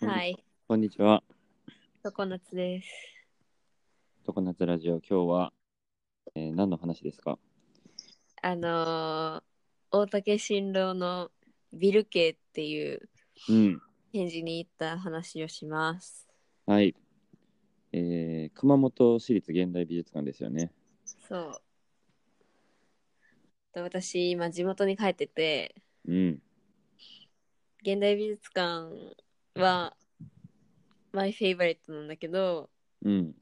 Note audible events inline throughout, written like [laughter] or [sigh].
はい、こんにちは。常夏です。常夏ラジオ。今日は、えー何の話ですかあのー大竹新郎のビルケっていううん。返事に行った話をします。はい。えー、熊本市立現代美術館ですよね。そう。と私、今地元に帰ってて、うん。現代美術館はマイフェイバリットなんだけど、うん。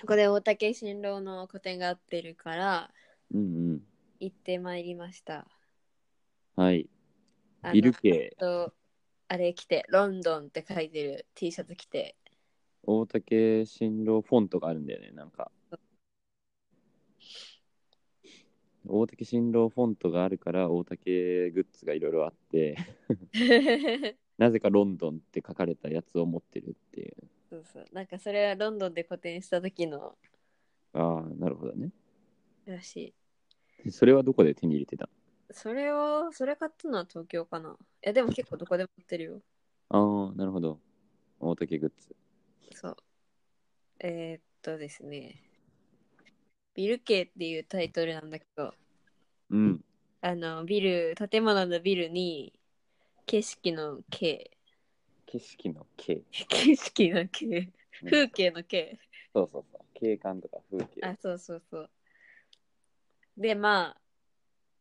ここで大竹新郎の個展があってるからうんうん。行ってまいりました。はい。あのビルケ、とあれ着て、ロンドンって書いてる T シャツ着て、大竹新郎フォントがあるんだよね、なんか。大竹新郎フォントがあるから、大竹グッズがいろいろあって、なぜかロンドンって書かれたやつを持ってるっていう。そうそう。なんかそれはロンドンで個展した時のああ、なるほどね。らしい。それはどこで手に入れてたそれを、それ買ったのは東京かな。いや、でも結構どこでも売ってるよ。ああ、なるほど。大竹グッズ。そう。えー、っとですね。ビル系っていうタイトルなんだけど、うん。あの、ビル、建物のビルに、景色の景、 [laughs] 景色の景。景色の景、風景の景。そうそうそう。景観とか風景。あ、そうそうそう。で、まあ、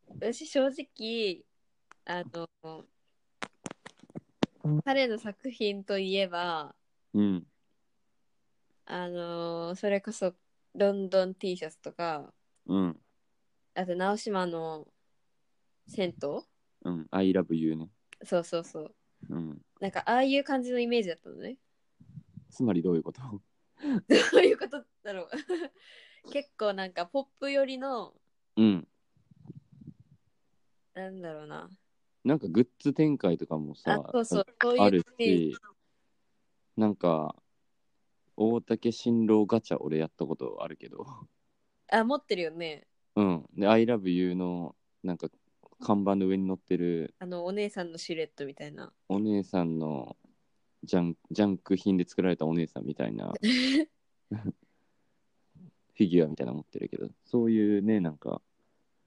私正直、あの、彼の作品といえば、うん。あのそれこそロンドン T シャツとか、うん。あと直島の銭湯うん。I love you ね。そうそうそう。うん。なんか、ああいう感じのイメージだったのね。 [laughs] つまりどういうことどういうことだろう。 [laughs] 結構なんか、ポップ寄りの、 [laughs] うん。なんだろうな。なんかグッズ展開とかもあさ、、そうそう、そうあいうるイメージし、なんか、大竹新郎ガチャ俺やったことあるけど。あ、持ってるよね。うん。で、I love you の、なんか、看板の上に乗ってるあの、お姉さんのシルエットみたいな。お姉さんのジャンジャンク品で作られたお姉さんみた [laughs] いなフィギュアみたいなの持ってるけどそういうねなんか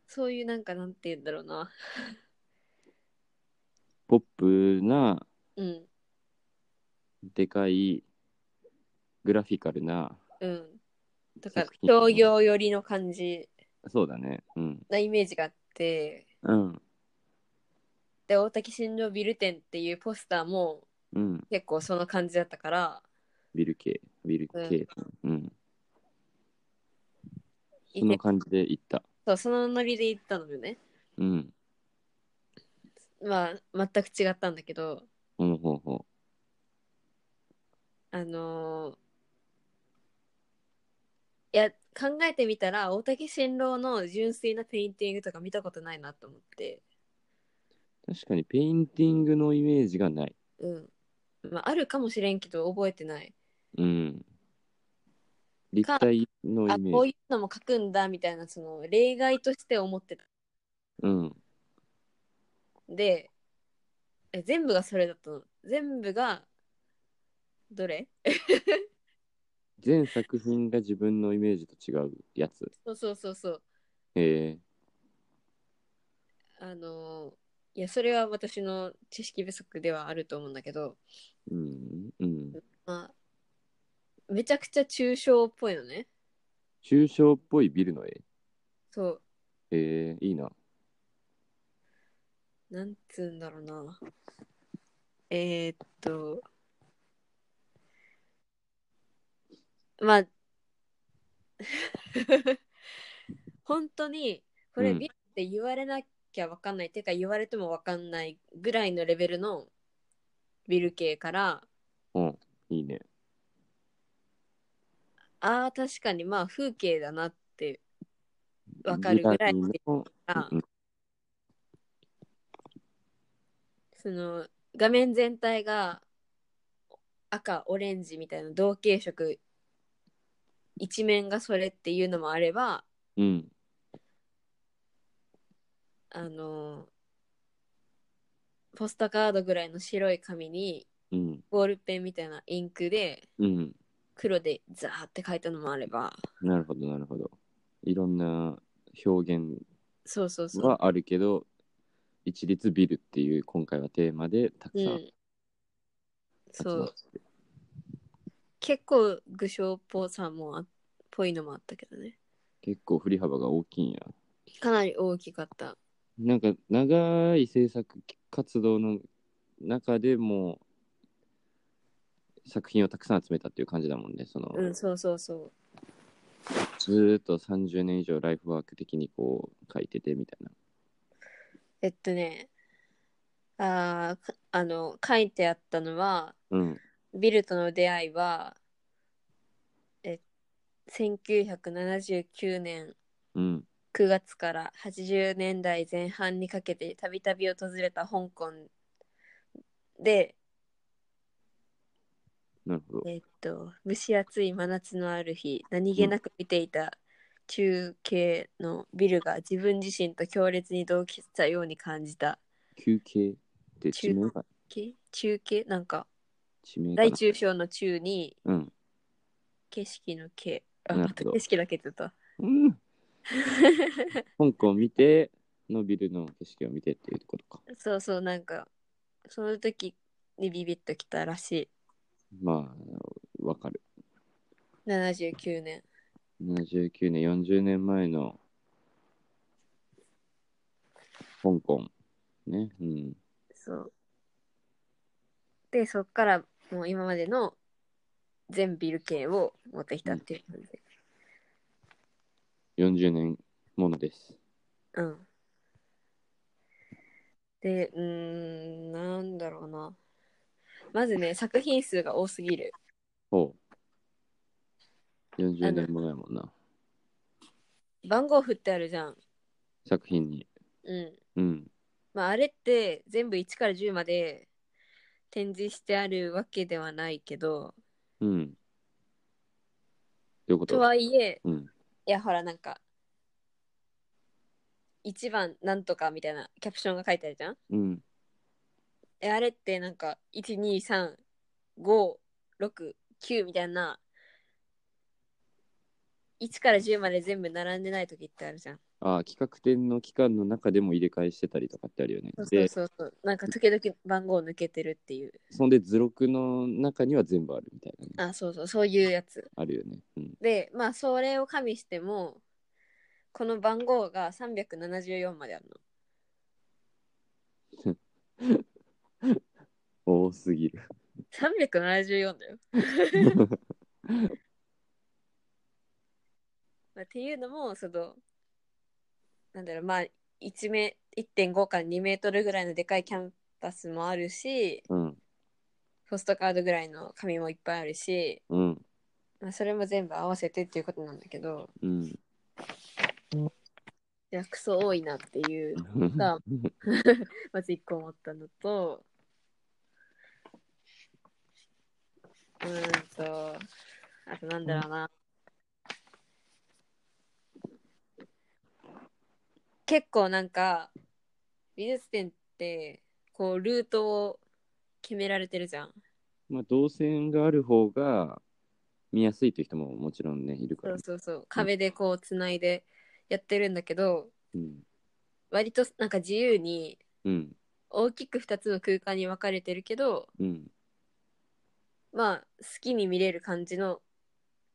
そういうなんか、なんて言うんだろうな。ポップなうん、でかいグラフィカルなうん。とか作、品商業寄りの感じそうだねうんなイメージがあって、うんで、大竹新郎ビル店っていうポスターもうん結構その感じだったから、ビル系ビル系うん、いそのて感じで行ったそうそのノリで行ったのよね。うんまあ、全く違ったんだけど、ほうほうほあのーいや、考えてみたら、大竹新郎の純粋なペインティングとか見たことないなと思って、う確かにペインティングのイメージがないうん。まあ、あるかもしれんけど、覚えてない。うん立体のあイメこーうジいうのも書くんだみたいなその例外として思ってたうんんでえ全部がそれだったの全部がどれ全作品が自分のイメージと違うやつ。そうそうそうそうへえ。あのいやそれは私の知識不足ではあると思うんだけど、うん。うん。まあ、めちゃくちゃ抽象っぽいのね抽象っぽいビルの絵。そへえ、いいな。うなんつうんだろうなえー、っとまあ [laughs] 本当にこれうんビルって言われなきゃわかんない、てか言われてもわかんないぐらいのレベルのビル系からうん。いいね。ああ確かにまあ風景だなってわかるぐらいのの。がうんその画面全体が赤オレンジみたいな同系色一面がそれっていうのもあればうん。あのポストカードぐらいの白い紙にうん。ボールペンみたいなインクでうん。黒でザーって書いたのもあればなるほど、なるほど。いろんな表現そうそうそう、はあるけど、一律ビルっていう今回はテーマでたくうさんん、集そまうって。結構具象っぽさもあっぽいのもあったけどね結構振り幅が大きいんや。かなり大きかったなんか長い制作活動の中でも作品をたくさん集めたっていう感じだもんね。そのうんそうそうそうずーっと30年以上ライフワーク的にこう書いててみたいな。えっとねあーかあの書いてあったのはうん。ビルとの出会いはえ1979年うん。 9月から80年代前半にかけてたびたび訪れた香港で、なるほど。えっと、蒸し暑い真夏のある日何気なく見ていた中継のビルが自分自身と強烈に同期したように感じた休憩って地名がけ中継なんか地名かな大中小の中に [laughs] うん。景色の景あなるまほたど景色だけって言ったうん。香港見て、のビルの景色を見てっていうことか。そうそうなんかその時にビビッときたらしまあ、わかる。い79年79年、40年前の香港。ね。うん。そうでそっからもう今までの全ビル系を持ってきたっていう感じ40年ものです。うんでうーんなんだろうなまずね作品数が多すぎるほう。40年ものやもんな。番号振ってあるじゃん作品に。うんうん。まあ、あれって全部1から10まで展示してあるわけではないけどうん。どういうこととはいえうん。いやほらなんか1番なんとかみたいなキャプションが書いてあるじゃんうん。えあれってなんか1235679みたいな1から10まで全部並んでない時ってあるじゃんああ、企画展の期間の中でも入れ替えしてたりとかってあるよね。そうそうで、そうそうなんか時々番号抜けてるっていうそんで図録の中には全部あるみたいなね。あそうそうそういうやつあるよね。うん。でまあそれを加味してもこの番号が374まであるの多すぎる。 374だよ、 [laughs] まあ、っていうのもそのなんだろうまあ1メ1.5から2メートルぐらいのでかいキャンパスもあるしうん。ポストカードぐらいの紙もいっぱいあるし、うん。まあ、それも全部合わせてっていうことなんだけどうん。いやクソ多いなっていうが [laughs] まず1個思ったのとうーんとあとなんだろうな、結構なんか美術展ってこうルートを決められてるじゃんまあ、動線がある方が見やすいという人ももちろんね、いるかそらう。そうそう壁でこうつないでやってるんだけどうん。割となんか自由にうん。大きく2つの空間に分かれてるけどうん。まあ好きに見れる感じの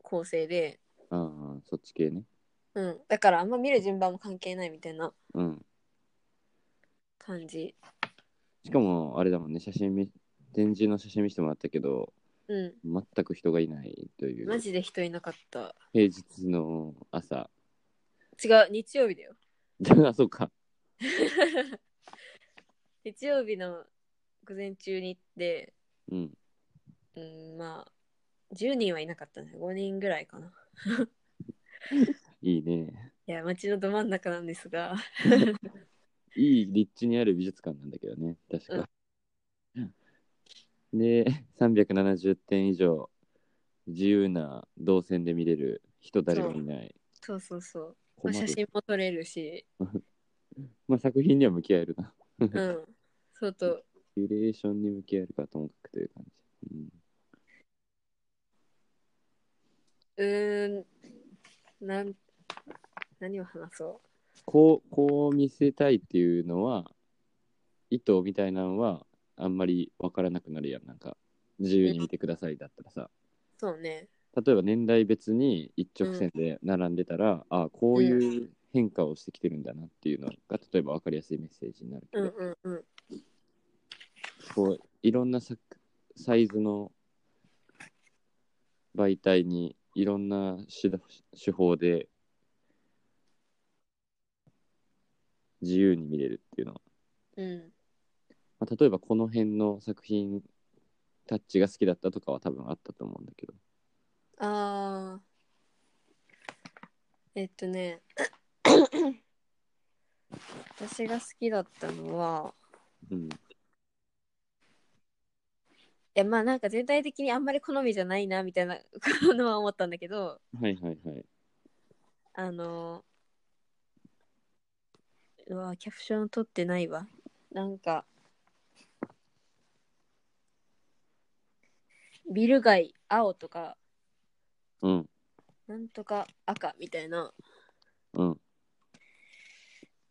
構成で、ああ、そっち系ね。うん、だからあんま見る順番も関係ないみたいなうん。感じしかも、あれだもんね、写真見、展示の写真見せてもらったけど、うん全く人がいないという。マジで人いなかった平日の朝。 [laughs] 違う日曜日だよあ、そうか。日曜日の午前中に行って、うん。うん、まあ10人はいなかったね5人ぐらいかないいね。いや街のど真ん中なんですが [laughs] いい立地にある美術館なんだけどね、確か。で、370点以上、自由な動線で見れる、人誰もいない。そうそうそう、ま困あ、る写真も撮れるしまあ、作品には向き合えるな。うん相当キュレーションに向き合えるかともかくという感じ。うん、うーん。なん、何を話そこう、こう見せたいっていうのは、意図みたいなのは、あんまりわからなくなるやん。なんか、自由に見てくださいだったらさ、う。そうね。例えば年代別に一直線で並んでたら、ああ、こういう変化をしてきてるんだなっていうのが、例えばわかりやすいメッセージになるけうんど、うんうん。こういろんなササイズの媒体にいろんな手だ手法で自由に見れるっていうのは、うん。まあ、例えばこの辺の作品タッチが好きだったとかは多分あったと思うんだけどあー。えっとね。 [coughs] 私が好きだったのは、うんいやまあなんか全体的にあんまり好みじゃないなみたいなのは思ったんだけど、はいはいはいあのうわキャプション取ってないわなんかビル街青とかうんなんとか赤みたいなうん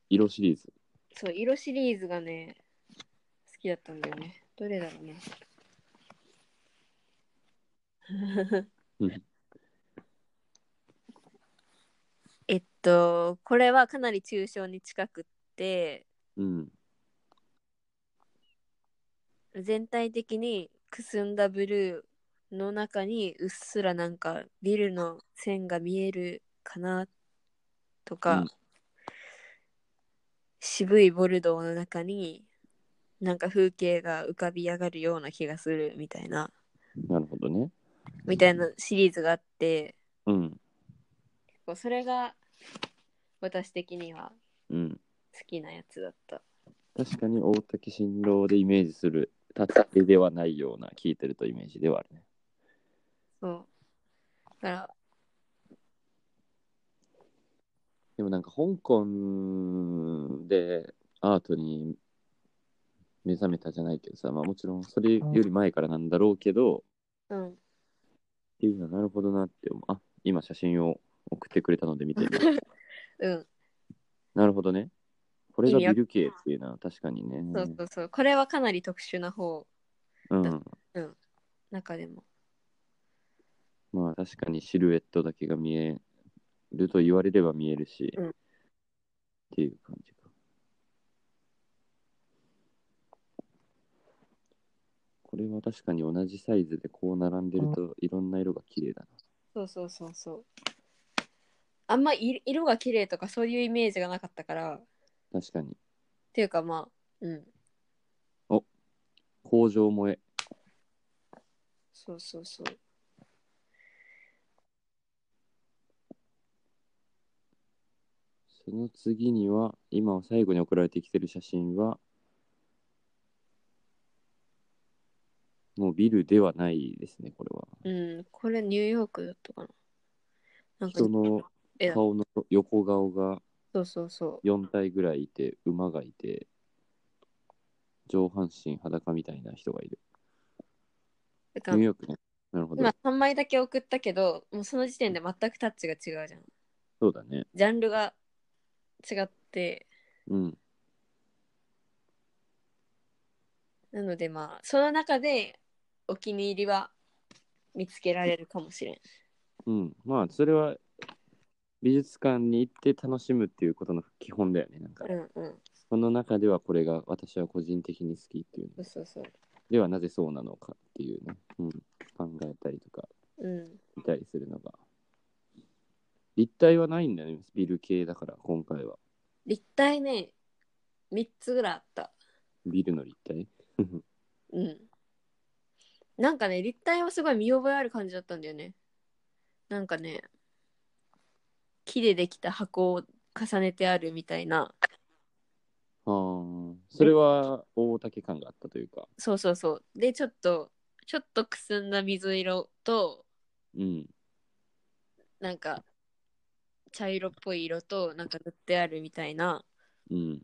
色シリーズそう色シリーズがね好きだったんだよねどれだろうねうん [laughs] えっとこれはかなり抽象に近くってうん全体的にくすんだブルーの中にうっすらなんかビルの線が見えるかなとか、うん渋いボルドーの中になんか風景が浮かび上がるような気がするみたいななるほどねみたいなシリーズがあってうん結構それが私的にはうん好きなやつだった。確かに大竹新郎でイメージする立てではないような聞いてるとイメージではあるね。そうだからでもなんか香港でアートに目覚めたじゃないけどさ、まあもちろんそれより前からなんだろうけど、っうん、ていうのはなるほどなって思う。あ、今写真を送ってくれたので見てみる。うん、なるほどね。これがビル系っていうのは確かにね。そうそうそうこれはかなり特殊な方うん。中でもまあ確かにシルエットだけが見えると言われれば見えるし、うんっていう感じか。これは確かに同じサイズでこう並んでるといろんな色が綺麗だな。そうそうそうそうあんまい色が綺麗とかそういうイメージがなかったからっ確かに。ていうかまあうん工場萌え。そうそうそうその次には、今最後に送られてきてる写真は、もうビルではないですね、これは。うんこれニューヨークだったかななんか人の絵だ顔の横顔がそうそうそう4体ぐらいいて馬がいて上半身裸みたいな人がいるだかニュらーヨークねなるほど今3枚だけ送ったけどもうその時点で全くタッチが違うじゃんそうだねジャンルが違ってうんなのでまあその中でお気に入りは見つけられるかもしれんうんまあそれは美術館に行って楽しむっていうことの基本だよねなんかうんうんこの中ではこれが私は個人的に好きっていうそのうそうそうではなぜそうなのかっていうね、うん、考えたりとかうん見たりするのが立体はないんだよねビル系だから今回は立体ね3つぐらいあったビルの立体うんなんかね立体はすごい見覚えある感じだったんだよねなんかね木でできた箱を重ねてあるみたいなあーそれは大竹感があったというかそうそうそうでちょっとちょっとくすんだ水色とうんなんか茶色っぽい色となんか塗ってあるみたいなうん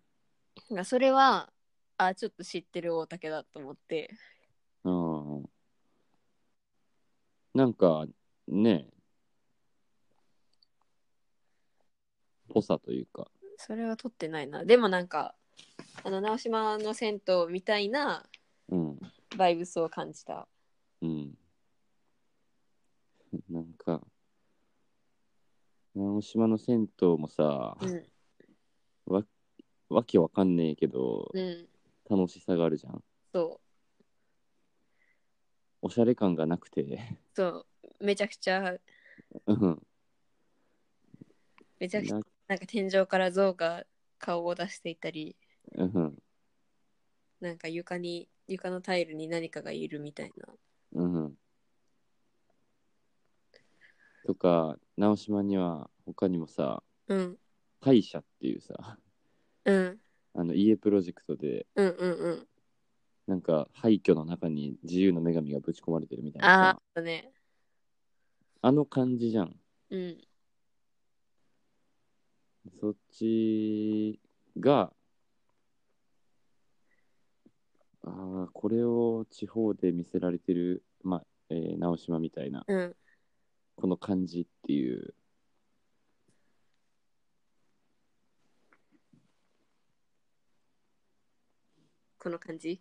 なんかそれはあちょっと知ってる大竹だと思ってうん。なんか、ねぽさというか。それは撮ってないなでもなんかあの直島の銭湯みたいなうん。バイブスを感じたうん。なんか、直島の銭湯もさ、うんわわけわかんねえけど、うん楽しさがあるじゃん。そおしゃれ感がなくてう。そうめちゃくちゃうん。めちゃくちゃななんか天井から象が顔を出していたりうん。なんか床に床のタイルに何かがいるみたいなうん。とか、直島には他にもさ、うん歯医者っていうさ、 [laughs] うんあの家プロジェクトで、うんうんうんなんか廃墟の中に自由の女神がぶち込まれてるみたいあなあさとねあの感じじゃん。うんそっちが、ああ、これを地方で見せられてる、まあ、えー直島みたいな、うんこの感じっていう。この感じ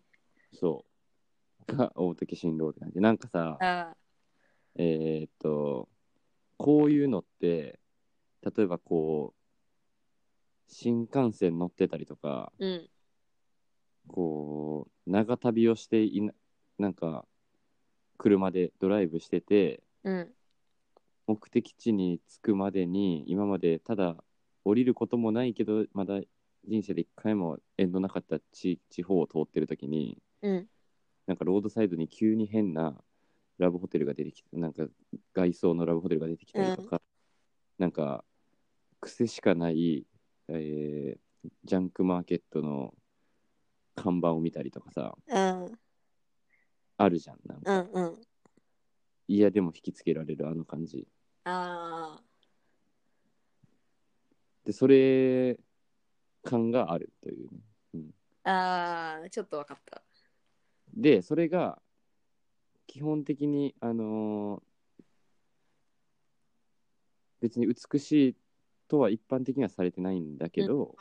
そう。が大竹新郎って感じ。なんかさ、ああえーっと、こういうのって、例えばこう、新幹線乗ってたりとか、うんこう、長旅をしていな、なんか、車でドライブしてて、うん目的地に着くまでに、今までただ降りることもないけど、まだ人生で一回も縁のなかった地地方を通ってる時に、うんなんかロードサイドに急に変なラブホテルが出てきて、なんか外装のラブホテルが出てきたりとか、なんか癖しかない、えージャンクマーケットの看板を見たりとかさ、うんあるじゃん。なんかうんうんいや、でも引きつけられるあの感じ。ああで、それ感があるというね。ああちょっとわかったで、それが基本的に、あのー別に美しいとは一般的にはされてないんだけど、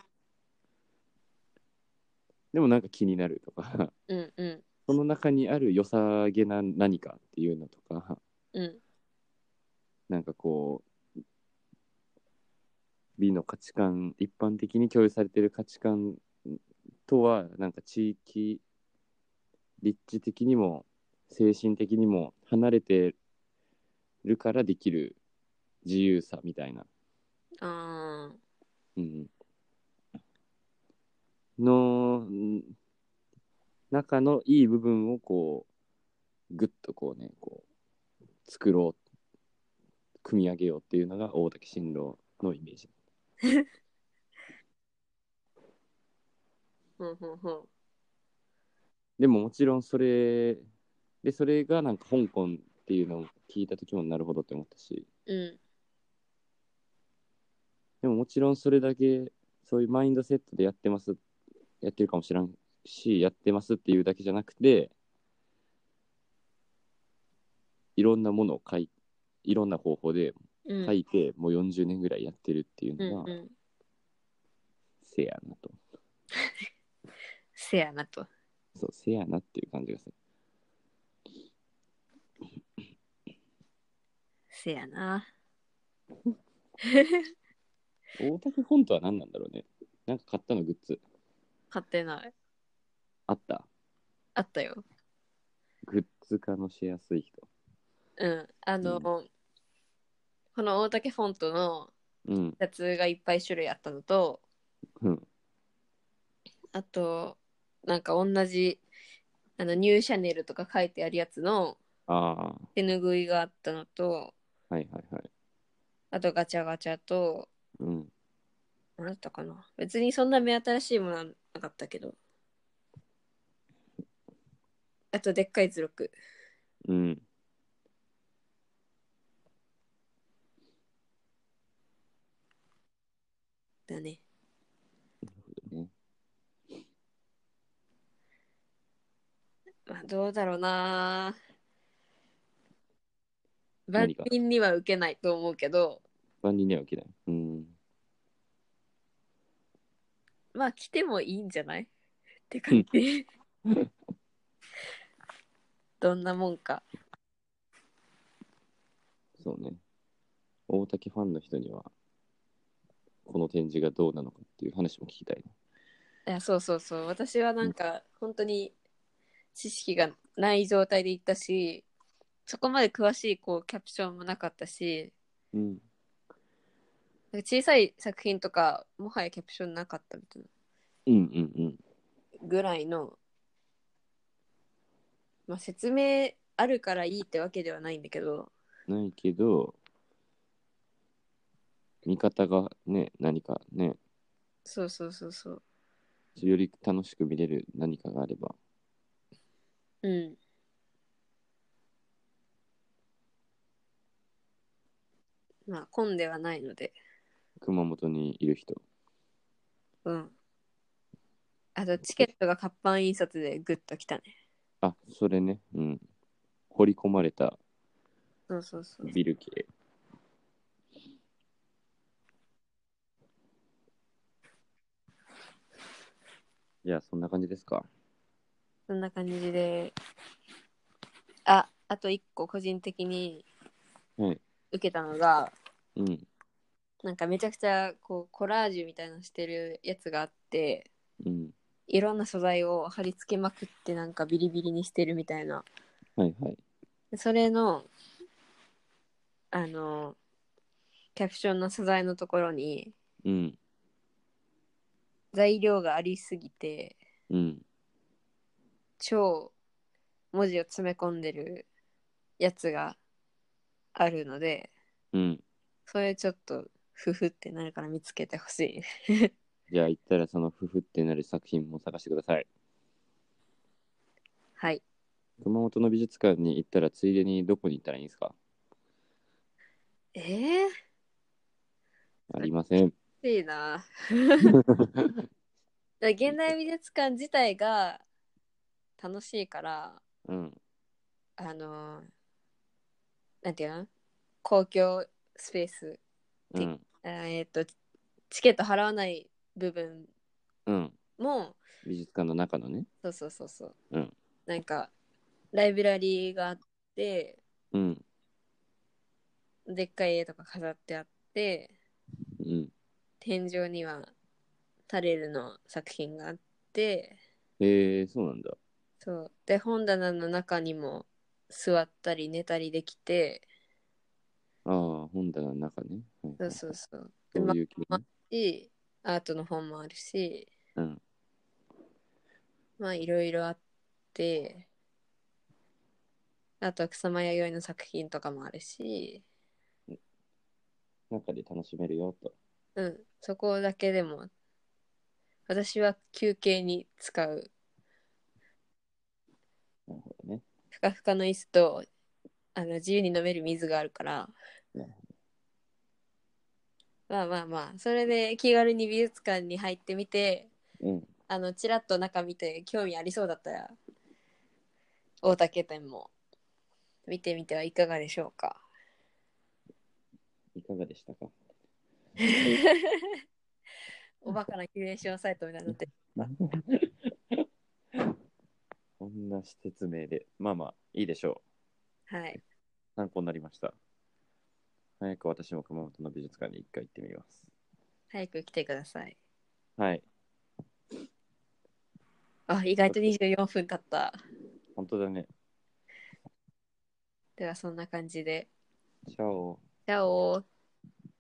でもなんか気になるとか、 [laughs] うんうんその中にある良さげな何かっていうのとか、うんなんかこう、美の価値観、一般的に共有されている価値観とは、なんか地域、立地的にも、精神的にも離れてるからできる自由さみたいな、ああうん、のん中のいい部分をこう、ぐっとこうね、こう、作ろう、組み上げようっていうのが大竹新郎のイメージ。ほうほうほうでももちろんそれでそれがなんか香港っていうのを聞いた時もなるほどって思ったしうんでももちろんそれだけそういうマインドセットでやってますやってるかもしらんしやってますっていうだけじゃなくていろんなものを書いいろんな方法でうん書いて、もう40年ぐらいやってるっていううのんがうんせやなと、せやなとそうせやなっていう感じがするせやな大竹フォントは何なんだろうねなんか買ったのグッズ買ってないあったあったよグッズ化のしやすい人うんあの、うんこの大竹フォントのうんシャツがいっぱい種類あったのとうんあとなんか同じあのニューシャネルとか書いてあるやつのああ、手ぬぐいがあったのとはいはいはい。あとガチャガチャとうん。何だったかな別にそんな目新しいものはなかったけどあとでっかい図録うん。だねね、どうだろうな万何が人には受けないと思うけど万人には受けない。うん。まあ来てもいいんじゃないって感じうん。 [laughs] どんなもんか。そうね。大竹ファンの人には、この展示がどうなのかっていう話も聞きたいな。いやそうそうそう私はなんか本当に知識がない状態で行ったしそこまで詳しいこうキャプションもなかったしうん。なんか小さい作品とかもはやキャプションなかったみたいなうんうんうん。ぐらいの、まあ、説明あるからいいってわけではないんだけどないけど、見方がね、何かね、そうそうそうそうより楽しく見れる何かがあれば。うんまあ混んではないので熊本にいる人。うんあとチケットが活版印刷でグッときたねあ、それね。うん。掘り込まれたそうそうそうビル系。じゃあ、そんな感じですか。そんな感じでああと一個個人的にはい。受けたのがうん。なんかめちゃくちゃこうコラージュみたいなのしてるやつがあってうん。いろんな素材を貼り付けまくってなんかビリビリにしてるみたいなはいはい。それのあのキャプションの素材のところにうん。材料がありすぎてうん。超文字を詰め込んでるやつがあるのでうん。それちょっとフフってなるから見つけてほしいじゃあ、行ったらそのふふってなる作品も探してください。はい熊本の美術館に行ったら、ついでにどこに行ったらいいんですかえー、ありません。いいな [laughs] だから現代美術館自体が楽しいからうん。あのーなんていうの公共スペースうん。あーえっ、とチケット払わない部分うん。も美術館の中のね。そうそうそうそう、うんなんかライブラリーがあってうん。でっかい絵とか飾ってあってうん。天井にはタレルの作品があってえー、そうなんだ。そうで本棚の中にも座ったり寝たりできてああ、本棚の中ね。はいそうそはいうそうでそういう気ま分ねしアートの本もあるしうん。まあいろいろあってあと草間彌生の作品とかもあるし、中で楽しめるよと。うん、そこだけでも私は休憩に使うなるほどね。ふかふかの椅子とあの自由に飲める水があるからなるまあまあまあそれで気軽に美術館に入ってみてうん。あのちらっと中見て興味ありそうだったら大竹店も見てみてはいかがでしょうかいかがでしたか [laughs] おバカなキュレーションサイトみたいになってるこんな施設名で。まあまあ、いいでしょはい、う。参考になりました。早く私も熊本の美術館に一回行ってみます。早く来てください。はい。あ、意外と24分経った。本当だね。ではそんな感じで。チャオ。チャオ